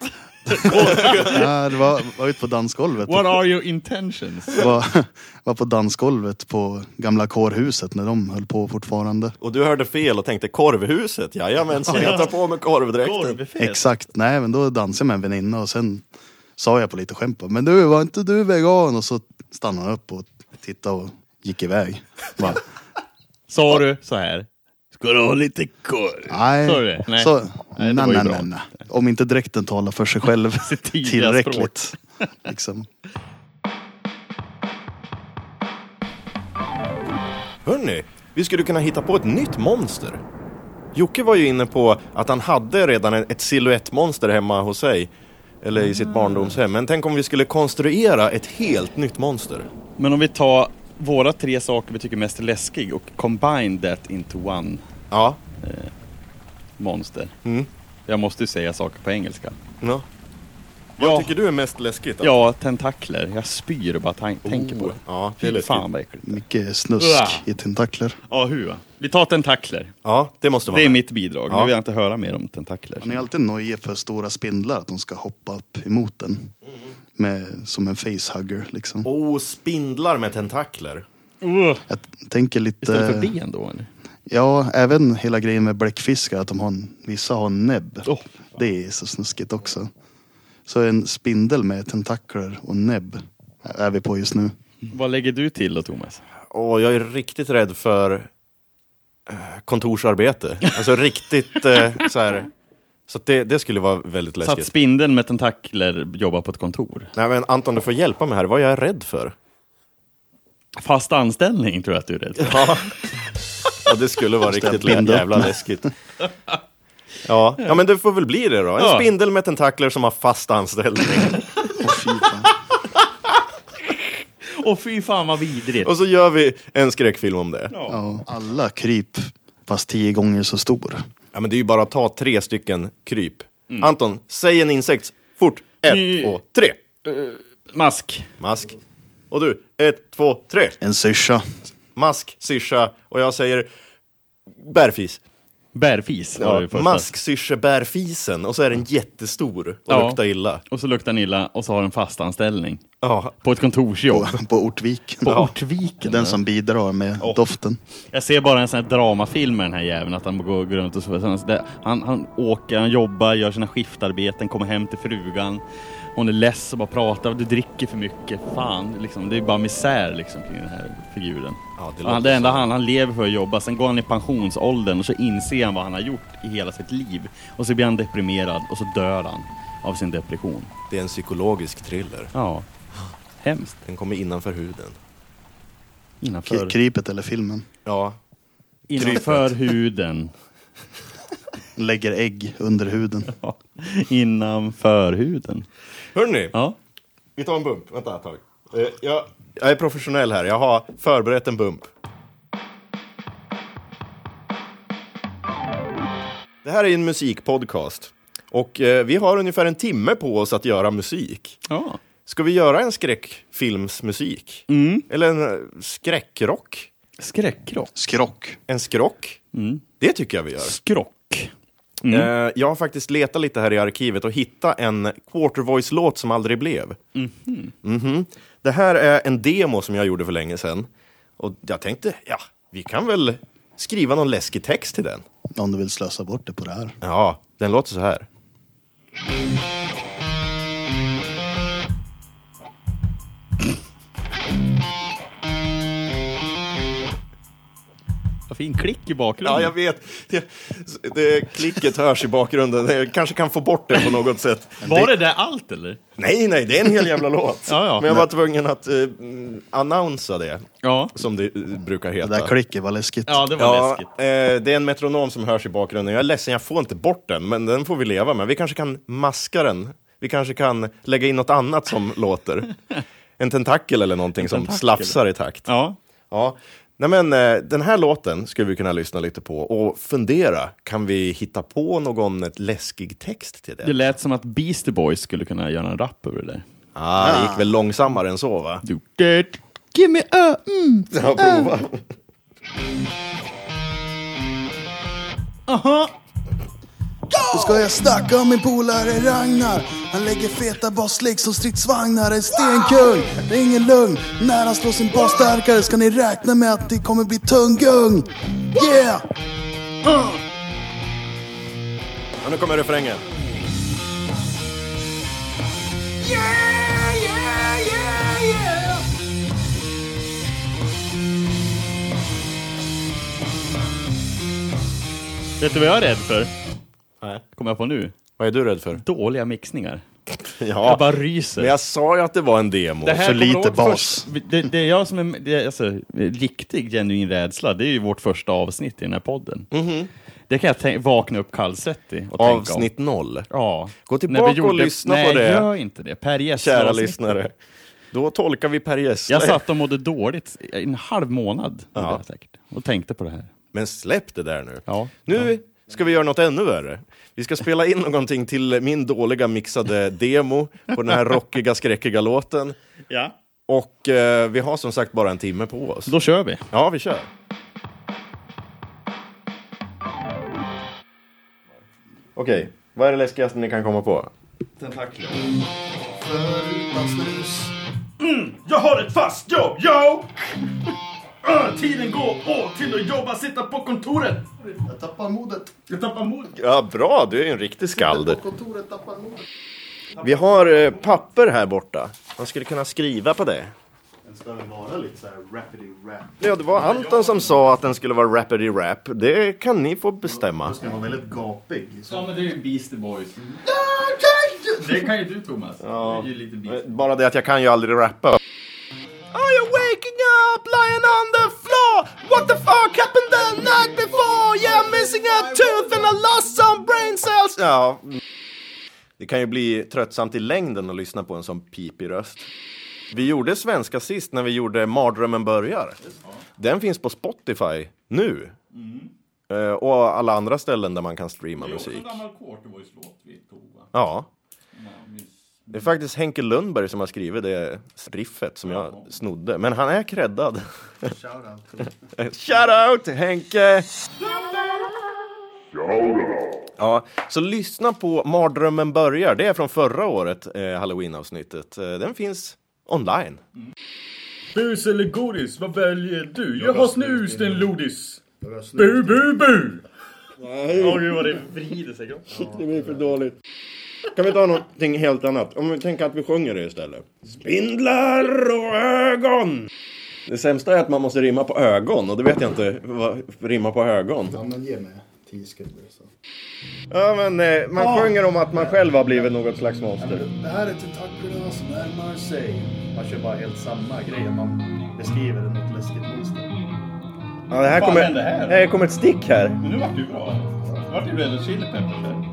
S3: ja, det var, var ute på dansgolvet.
S2: What are your intentions?
S3: Var, var på dansgolvet på gamla kårhuset när de höll på fortfarande.
S1: Och du hörde fel och tänkte korvhuset? Jajamensan, jag tar på mig korvdräkten.
S3: Exakt, nej men då dansade jag med en väninna och sen sa jag på lite skämt bara, men du var inte du vegan? Och så stannade hon upp och tittade och gick iväg. Bara,
S2: Sa du så här? Ska du ha lite korv?
S3: nej,
S2: Sa du det? Nej.
S3: Så,
S2: Nej, det
S3: nej, nej,
S2: var ju
S3: nej,
S2: bra.
S3: nej. Om inte dräkten talar för sig själv
S2: Sitt tydliga
S3: tillräckligt. Liksom.
S1: Hörni, vi skulle kunna hitta på ett nytt monster. Jocke var ju inne på att han hade redan ett ett siluettmonster hemma hos sig. Eller i sitt
S2: Mm.
S1: barndomshem. Men tänk om vi skulle konstruera ett helt nytt monster.
S2: Men om vi tar våra tre saker vi tycker mest är läskig och combine that into one
S1: Ja.
S2: monster.
S1: Mm.
S2: Jag måste ju säga saker på engelska.
S1: Ja.
S2: Ja.
S1: Vad tycker du är mest läskigt?
S2: Ja, tentakler. Jag spyr bara tan- tänker på Oh, det.
S1: Ja, det är
S2: Fy
S1: läskigt.
S2: fan vad äckligt.
S3: Mycket snusk
S2: Uah.
S3: i tentakler.
S2: Ja, hur va? Vi tar tentakler.
S1: Ja, det måste vara
S2: Det är
S1: med.
S2: mitt bidrag. Nu
S1: Ja.
S2: vill jag inte höra mer om tentakler.
S3: Han är alltid nojig för stora spindlar, att de ska hoppa upp emot den.
S2: Mm.
S3: Med, som en facehugger liksom.
S1: Oh, spindlar med tentakler.
S2: Uh,
S3: Jag tänker
S2: istället för
S3: lite...
S2: ben då eller?
S3: Ja, även hela grejen med bläckfiskar, att de har en, vissa har en näbb.
S2: Åh.
S3: Det är så snuskigt också. Så en spindel med tentakler och näbb är vi på just nu.
S2: Mm. Vad lägger du till då Thomas?
S1: Och jag är riktigt rädd för eh, kontorsarbete. Alltså riktigt eh, så här. Så att det, det skulle vara väldigt
S2: Så att
S1: läskigt.
S2: spindeln med tentakler jobbar på ett kontor.
S1: Nej men Anton, du får hjälpa mig här. Vad jag är rädd för?
S2: Fast anställning tror jag att du är rädd för.
S1: Ja, ja det skulle vara riktigt lä- jävla läskigt. Ja. ja, men det får väl bli det då. En
S2: Ja.
S1: spindel med tentakler som har fast anställning.
S3: Åh fy fan.
S2: Åh fy fan vad vidrigt.
S1: Och så gör vi en skräckfilm om det.
S3: Ja, alla kryp, fast tio gånger så stor.
S1: Ja, men det är ju bara att ta tre stycken kryp. Anton, säg en insekt. Fort. Ett,
S2: Mm.
S1: två, tre.
S2: Mask.
S1: Mask. Och du, ett, två, tre.
S3: En syrsa.
S1: Mask, syrsa och jag säger bärfis.
S2: Bärfis. var det
S1: Ja,
S2: första.
S1: mask, syrsa, bärfisen. Och så är den jättestor och
S2: Ja.
S1: luktar illa.
S2: Och så luktar den illa och så har den fast anställning.
S1: Ja,
S2: På ett kontorsjobb. alltså.
S3: på, på Ortviken.
S2: På Ortviken.
S3: Den
S2: där.
S3: som bidrar med
S1: Ja.
S3: doften.
S2: Jag ser bara en sån här dramafilm med den här jäveln, att han går går runt och så, så- så- han, han åker, han jobbar, gör sina skiftarbeten, kommer hem till frugan. Hon är less och bara pratar, du dricker för mycket. Fan, liksom, det är bara misär liksom kring den här figuren.
S1: Ja, det
S2: Och han,
S1: låter
S2: det enda
S1: så.
S2: han, han lever för att jobba, sen går han i pensionsåldern och så inser han vad han har gjort i hela sitt liv. Och så blir han deprimerad och så dör han av sin depression.
S1: det är en psykologisk thriller.
S2: Ja, hemskt.
S1: Den kommer innanför huden.
S3: K-
S2: Innanför,
S3: Krypet eller filmen.
S1: Ja,
S2: innanför huden.
S3: Lägger ägg under huden.
S2: Ja, innanför huden.
S1: hörni.
S2: Ja.
S1: Vi tar en bump, vänta ett tag. Eh, jag, jag är professionell här, jag har förberett en bump. Det här är en musikpodcast. Och eh, vi har ungefär en timme på oss att göra musik.
S2: ja.
S1: Ska vi göra en skräckfilmsmusik? Mm. Eller en eh, skräckrock?
S2: Skräckrock.
S3: Skrock.
S1: En skrock? Det tycker jag vi gör.
S2: Skrock.
S1: Eh, jag har faktiskt letat lite här i arkivet och hittat en Quartervoice-låt som aldrig blev. Mhm. Det här är en demo som jag gjorde för länge sedan. Och jag tänkte, ja, vi kan väl skriva någon läskig text till den.
S3: Om du vill slösa bort det på det här.
S1: Ja, den låter så här.
S2: Vad fin klick i
S1: Ja,
S2: bakgrunden.
S1: jag vet. Det, det, klicket hörs i bakgrunden. Jag kanske kan få bort det på något sätt.
S2: Var det där allt eller?
S1: Nej, nej, det är en hel jävla låt.
S2: Ja, ja.
S1: Men jag var tvungen att eh, annonsa det,
S2: Ja.
S1: som det eh, brukar heta.
S3: Det där klicket var läskigt.
S2: Ja, det var
S1: Ja,
S2: läskigt.
S1: eh, det är en metronom som hörs i bakgrunden. Jag är ledsen, jag får inte bort den, men den får vi leva med. Vi kanske kan maska den. Vi kanske kan lägga in något annat som låter. En tentakel eller någonting som slafsar i takt. Ja.
S2: Ja.
S1: Nej, men, eh, den här låten skulle vi kunna lyssna lite på och fundera. Kan vi hitta på någon ett läskig text till
S2: Det
S1: det?
S2: lät som att Beastie Boys skulle kunna göra en rap över det där.
S1: Ah, det gick väl långsammare än så, va?
S2: Du, du, give me a... Mm.
S1: Ja, prova.
S3: Nu ska jag snacka om min polare Ragnar. Han lägger feta baslicks och stridsvagnar. En stenkung, det är ingen lugn. När han slår sin bas starkare ska ni räkna med att det kommer bli tunggung. Yeah!
S1: Ja, nu kommer refrängen.
S4: Yeah, yeah, yeah, yeah.
S2: Vet du vad jag är rädd för?
S1: Nej.
S2: Kommer jag på nu?
S1: Vad är du rädd för?
S2: Dåliga mixningar. Jag
S1: Ja,
S2: bara ryser.
S1: men jag sa ju att det var en demo.
S2: Det här
S3: Så
S2: kommer
S3: lite
S2: du ihåg
S3: bas.
S2: först- Det, det är jag som är det är alltså, riktig genuin rädsla. Det är ju vårt första avsnitt i den här podden. Det kan jag tänk, vakna upp kallsvettig och tänka om.
S1: Mhm. Avsnitt noll.
S2: Ja.
S1: Gå tillbaka
S2: När vi
S1: och lyssna
S2: nej,
S1: på det.
S2: gör inte det. Per Gessle
S1: Kära
S2: avsnittet.
S1: lyssnare. Då tolkar vi Per Gessle.
S2: Jag satt och mådde dåligt i en halv månad gjorde
S1: Ja.
S2: jag säkert, och tänkte på det här.
S1: Men släpp det där nu.
S2: Ja.
S1: Nu ska vi göra något ännu värre. Vi ska spela in någonting till min dåliga mixade demo på den här rockiga, skräckiga låten.
S2: Ja.
S1: Och eh, vi har som sagt bara en timme på oss.
S2: Då kör vi.
S1: Ja, vi kör. Okej, vad är det läskigaste ni kan komma på?
S6: Mm, Jag har ett fast jobb, yo! Ö, Tiden går åt till att jobba, sitta på kontoret.
S3: Jag tappar modet.
S6: Jag tappar modet.
S1: Ja, bra, du är ju en riktig skald.
S3: Kontoret tappar modet.
S1: Vi har eh, papper här borta. Man skulle kunna skriva på det.
S3: Den ska väl vara lite såhär rapidy rap.
S1: Ja, det var Anton som sa att den skulle vara rapidy rap. Det kan ni få bestämma.
S3: ska vara väldigt gapig.
S2: Ja, men det är ju Beastie Boys. Det kan ju du Thomas. Det är ju lite Beastie
S1: Eh, Bara det att jag kan ju aldrig rappa. Are you waking up, lying on the floor? What the fuck happened the night before? Yeah, missing a tooth and I lost some brain cells. Ja. Det kan ju bli tröttsamt i längden att lyssna på en sån pipig röst. Vi gjorde svenska sist när vi gjorde Mardrömmen börjar. Den finns på Spotify nu. Eh, Och alla andra ställen där man kan streama musik.
S2: gammal Quarterboys-låt vi tog va?
S1: Ja. Det är faktiskt Henke Lundberg som har skrivit det spriffet som jag snodde. Men han är creddad. Shout out till Henke! Ja, så lyssna på Mardrömmen börjar. Det är från förra året, eh, Halloween-avsnittet. Eh, den finns online.
S6: Bus eller godis, vad väljer du? Jag, har snus din lodis. Bu, bu, bu!
S7: Nej,
S6: Åh gud vad det vrider sig.
S7: det blir för dåligt. Kan vi ta någonting helt annat? Om vi tänker att vi sjunger det istället. Spindlar och ögon!
S1: Det sämsta är att man måste rimma på ögon och det vet jag inte vad rimma på ögon.
S8: Ja, men ge mig tio sekunder. Så.
S7: Ja, men eh, man sjunger om att man själv har blivit något slags monster.
S8: Det här är tentaklerna som närmar sig.
S6: Man kör bara helt samma grej. Man beskriver något läskigt monster.
S7: Ja, det här
S6: Vad
S7: kommer,
S6: hände här?
S7: här kommer ett stick här.
S6: Men nu vart det ju bra. Nu vart det ju Red Chili Peppers där.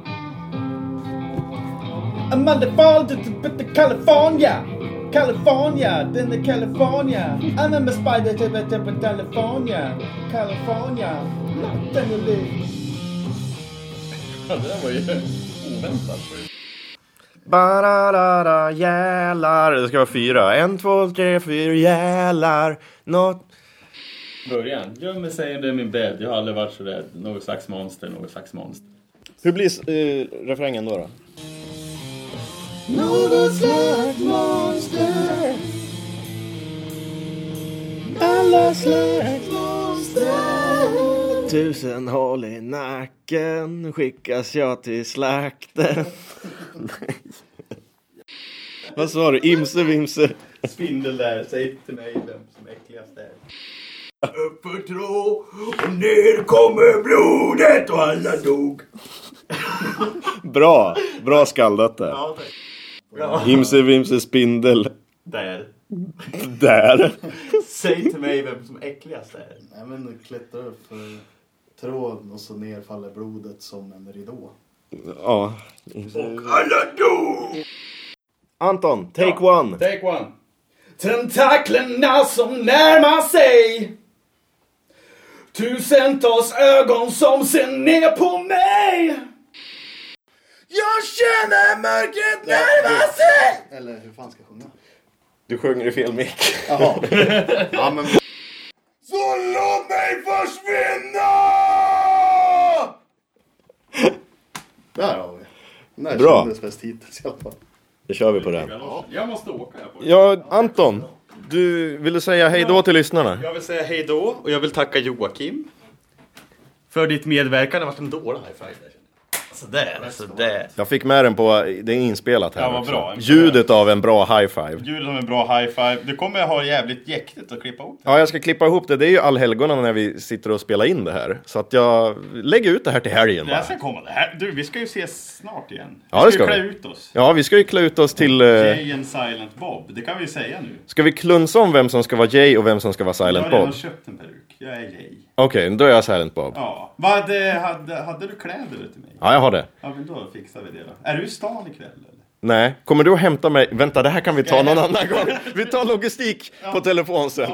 S6: I'm on the fall to the typ California. California, then the California. I'm on the spider typ, to the California. California, not the Det där var ju oväntat.
S1: Bararara, jälar. Det ska vara fyra. En, två, tre, fyra, jälar. Något.
S6: Början. Gömmer sig under min bädd. Jag har aldrig varit så rädd. Något slags monster, något slags monster.
S7: Hur blir eh, refrängen då? då?
S1: Tusen hål i nacken skickas jag till slakten. Vad sa du? Imse vimse?
S6: Spindel där, säg till mig vem som är äckligast är.
S1: Bra! Bra skaldat där. Imse vimse spindel.
S6: Där.
S1: Där.
S6: Säg till mig vem som är äckligast är.
S8: Nej, men du klättrar upp för tråden och så ner faller blodet som en ridå.
S1: Ja. Anton, take one.
S6: Take one. Tentaklerna som närmar sig. Tusentals ögon som ser ner på mig. Jag känner mörkret närma sig.
S8: Eller hur fan ska jag sjunga?
S1: Du sjunger i fel mick.
S8: Jaha. ja, men...
S6: Så låt mig försvinna!
S8: Där har vi. Den där
S1: Bra.
S8: kändes bäst hittills i alla fall.
S1: Det kör vi på den.
S6: Jag måste åka. Jag,
S1: Ja,
S6: får.
S1: Anton. Du ville säga hej då till lyssnarna.
S6: jag vill säga hej då och jag vill tacka Joakim. För ditt medverkan. Det har varit en dålig high five. där, känner jag. Sådär, sådär.
S1: Jag fick med den på, det är inspelat här
S6: Ja, vad
S1: också.
S6: bra.
S1: Ljudet av en bra high five.
S6: Ljudet som en bra high five. Du kommer ha jävligt jäktigt att klippa ihop
S1: Ja, jag ska klippa ihop det. Det är ju allhelgona när vi sitter och spelar in det här. Så att jag lägger ut det här till helgen
S6: Det här
S1: bara.
S6: ska komma. Det här, du, vi ska ju ses snart igen.
S1: Ja, det ska
S6: vi. ju
S1: vi.
S6: klä ut oss.
S1: Ja, vi ska ju klä ut oss till... Eh,
S6: Jay and Silent Bob. Det kan vi ju säga nu.
S1: ska vi klunsa om vem som ska vara Jay och vem som ska vara
S6: Jag
S1: Silent
S6: har redan
S1: Bob?
S6: köpt en peruk. Jag är Jay.
S1: Okej, då är jag Silent Bob.
S6: Ja. Vad, eh, hade, hade du kläder till mig?
S1: Ja, jag har det.
S6: Ja, men då fixar vi det då. Är du i stan ikväll eller?
S1: Nej, kommer du att hämta mig? Vänta, det här kan vi ta någon annan gång. Vi tar logistik på telefon sen.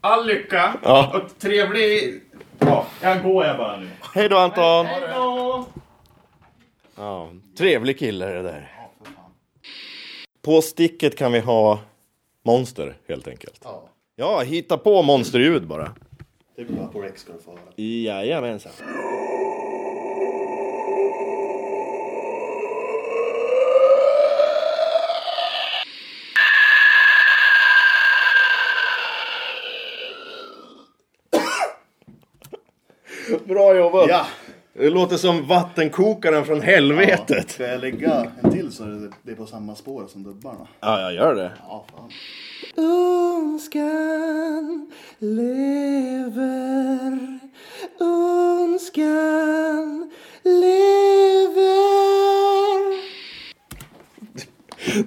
S6: All lycka
S1: Ja.
S6: och trevlig... Ja, jag går jag bara nu.
S1: Hej då Anton! Ja, trevlig kille det där. På sticket kan vi ha monster helt enkelt.
S8: Ja.
S1: Ja, hitta på monsterljud bara.
S8: Det är bra. På Rex ska du få höra.
S1: Jajamensan. Bra jobbat!
S8: Ja!
S1: Det låter som vattenkokaren från helvetet.
S8: Ska jag lägga en till så är det, det är på samma spår som dubbarna.
S1: Ja, jag gör det.
S8: Ja, fan.
S1: Önskan lever. Önskan lever.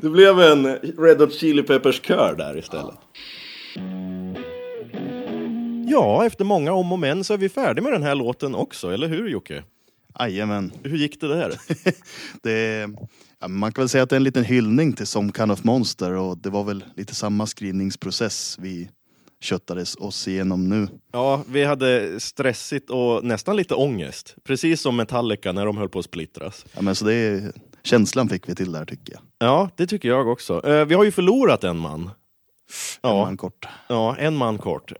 S1: Det blev en Red Hot Chili Peppers-kör där istället. Ja, efter många om och men så är vi färdiga med den här låten också, eller hur Jocke?
S3: Jajamän.
S1: Hur gick det där?
S3: Det är, ja, man kan väl säga att det är en liten hyllning till Some Kind of Monster och det var väl lite samma skrivningsprocess vi köttades oss igenom nu.
S1: Ja, vi hade stressigt och nästan lite ångest. Precis som Metallica när de höll på att splittras.
S3: Ja, men så det är, känslan fick vi till där tycker jag.
S1: Ja, det tycker jag också. Eh, vi har ju förlorat en man.
S3: En
S1: Ja.
S3: man kort.
S1: Ja, en man kort. Eh,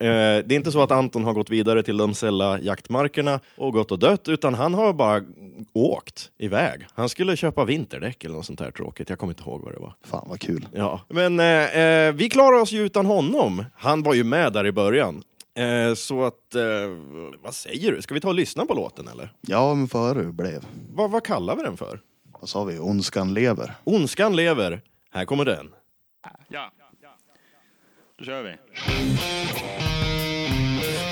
S1: det är inte så att Anton har gått vidare till de sälla jaktmarkerna och gått och dött, utan han har bara åkt iväg. Han skulle köpa vinterdäck eller något sånt här tråkigt. Jag kommer inte ihåg vad det var.
S3: Fan vad kul.
S1: Ja. Men eh, eh, vi klarar oss ju utan honom. Han var ju med där i början. Eh, så att, eh, vad säger du? Ska vi ta och lyssna på låten eller?
S3: Ja, men för hur det blev.
S1: Vad- vad kallar vi den för?
S3: Vad sa vi? Ondskan lever.
S1: Ondskan lever. Här kommer den.
S9: Ja. Då kör vi.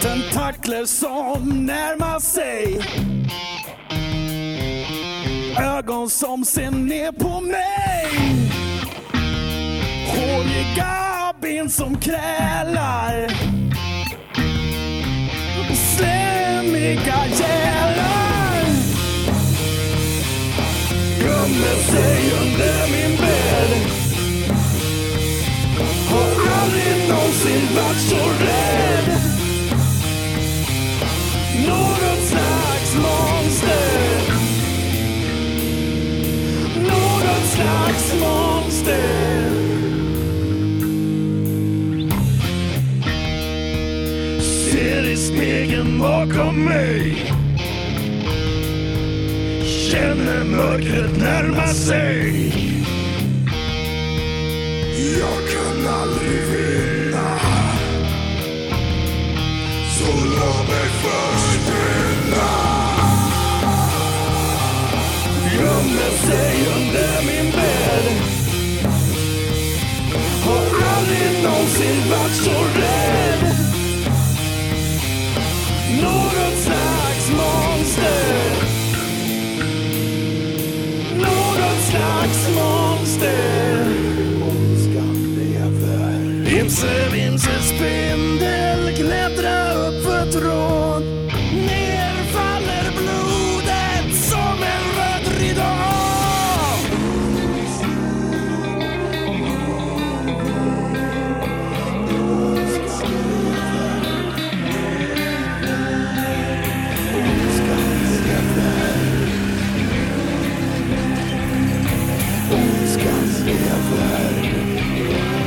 S5: Tentakler som närmar sig Ögon som ser ner på mig Håriga ben som krälar Slemmiga gälar Gömde sig under min bädd Har aldrig någonsin varit så rädd något slags monster Något slags monster Ser i spegeln bakom mig Känner mörkret närma sig Jag kan aldrig vinna Så låt mig försvinna Gömde sig under min bädd Har aldrig någonsin varit så rädd Något slags monster Något slags monster Ondskan lever Vimse, vimse, spindel klättra upp för tråd Ner faller blodet som en röd ridå Ondskan lever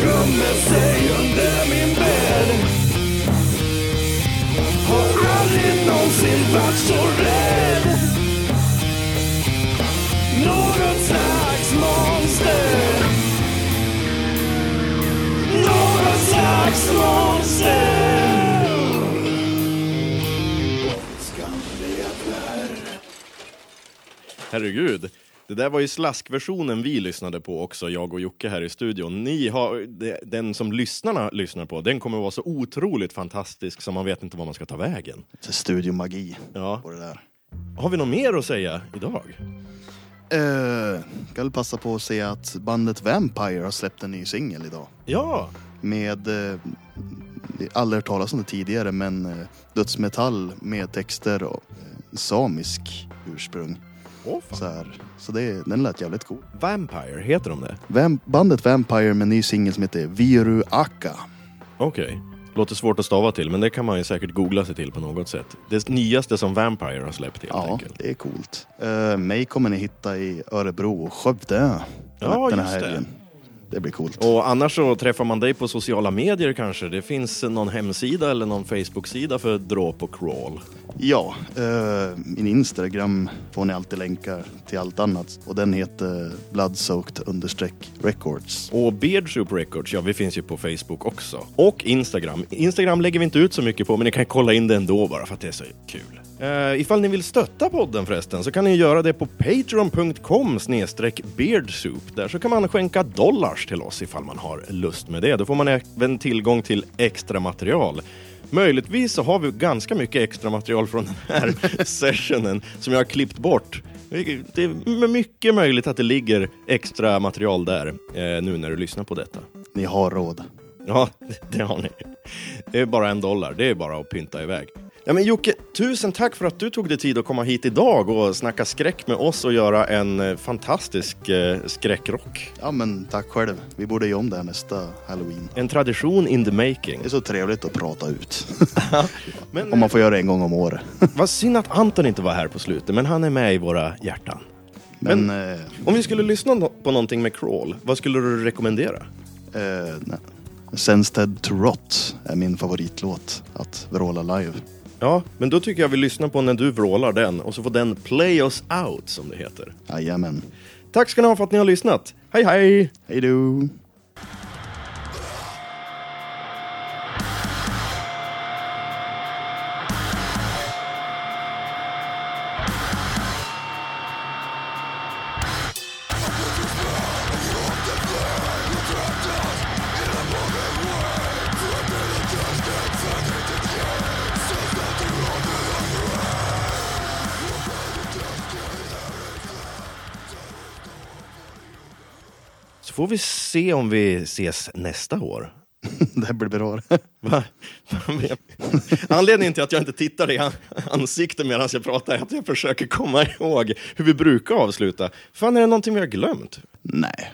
S5: Gömmer sig under min bädd Har aldrig någonsin varit så rädd Något slags monster Något slags monster Ondskan lever
S1: Herregud. Det där var ju slaskversionen vi lyssnade på också, jag och Jocke här i studion. Ni har, de- den som lyssnarna lyssnar på, den kommer att vara så otroligt fantastisk så man vet inte var man ska ta vägen.
S3: Det är studiomagi
S1: Ja.
S3: på det där.
S1: Har vi något mer att säga idag?
S3: Eh, jag vill passa på att säga att bandet Vampire har släppt en ny singel idag.
S1: Ja,
S3: Med, eh, jag har aldrig hört talas om det tidigare, men eh, dödsmetall med texter och eh, samisk ursprung.
S1: Åh, fan.
S3: så här. så det, den lät jävligt cool.
S1: Vampire, heter de det?
S3: Vamp- bandet Vampire med en ny singel som heter Viru Aka.
S1: Okej. Låter svårt att stava till, men det kan man ju säkert googla sig till på något sätt. Det nyaste som Vampire har släppt helt
S3: Ja,
S1: enkelt.
S3: det är coolt. Eh, mig kommer ni hitta i Örebro och Skövde.
S1: Ja,
S3: den
S1: just det.
S3: Det blir coolt.
S1: Och annars så träffar man dig på sociala medier kanske. Det finns någon hemsida eller någon Facebook-sida för dråp och crawl.
S3: Ja, eh, min Instagram får ni alltid länkar till allt annat. Och den heter bloodsoaked understreck records.
S1: Och Beardsoup Records, ja vi finns ju på Facebook också. Och Instagram. Instagram lägger vi inte ut så mycket på, men ni kan kolla in det ändå bara för att det är så kul. Uh, ifall ni vill stötta podden förresten så kan ni göra det på patreon.com snedstreck beardsoup. Där så kan man skänka dollars till oss ifall man har lust med det. Då får man även tillgång till extra material. Möjligtvis så har vi ganska mycket extra material från den här sessionen som jag har klippt bort. Det är mycket möjligt att det ligger extra material där eh, nu när du lyssnar på detta.
S3: Ni har råd.
S1: Ja, det har ni. Det är bara en dollar. Det är bara att pynta iväg. Ja, men Jocke, tusen tack för att du tog dig tid att komma hit idag och snacka skräck med oss och göra en eh, fantastisk eh, skräckrock.
S3: Ja, men tack själv. Vi borde göra om det här nästa halloween.
S1: En tradition in the making.
S3: Det är så trevligt att prata ut.
S1: Men
S3: om
S1: eh,
S3: man får göra det en gång om året.
S1: vad synd att Anton inte var här på slutet, men han är med i våra hjärtan.
S3: Men, eh,
S1: Om vi skulle lyssna no- på någonting med Crawl, vad skulle du rekommendera?
S3: eh, nej. Sensted to Rot är min favoritlåt att vråla live.
S1: Ja, men då tycker jag vi lyssnar på när du vrålar den och så får den play us out som det heter.
S3: Jajamän.
S1: Tack ska ni ha för att ni har lyssnat. Hej hej!
S3: Hej då!
S1: Så får vi se om vi ses nästa år.
S3: Det här blir bra.
S1: Va? Anledningen till att jag inte tittar i ansiktet medan jag pratar är att jag försöker komma ihåg hur vi brukar avsluta. Fan, är det någonting vi har glömt?
S3: Nej.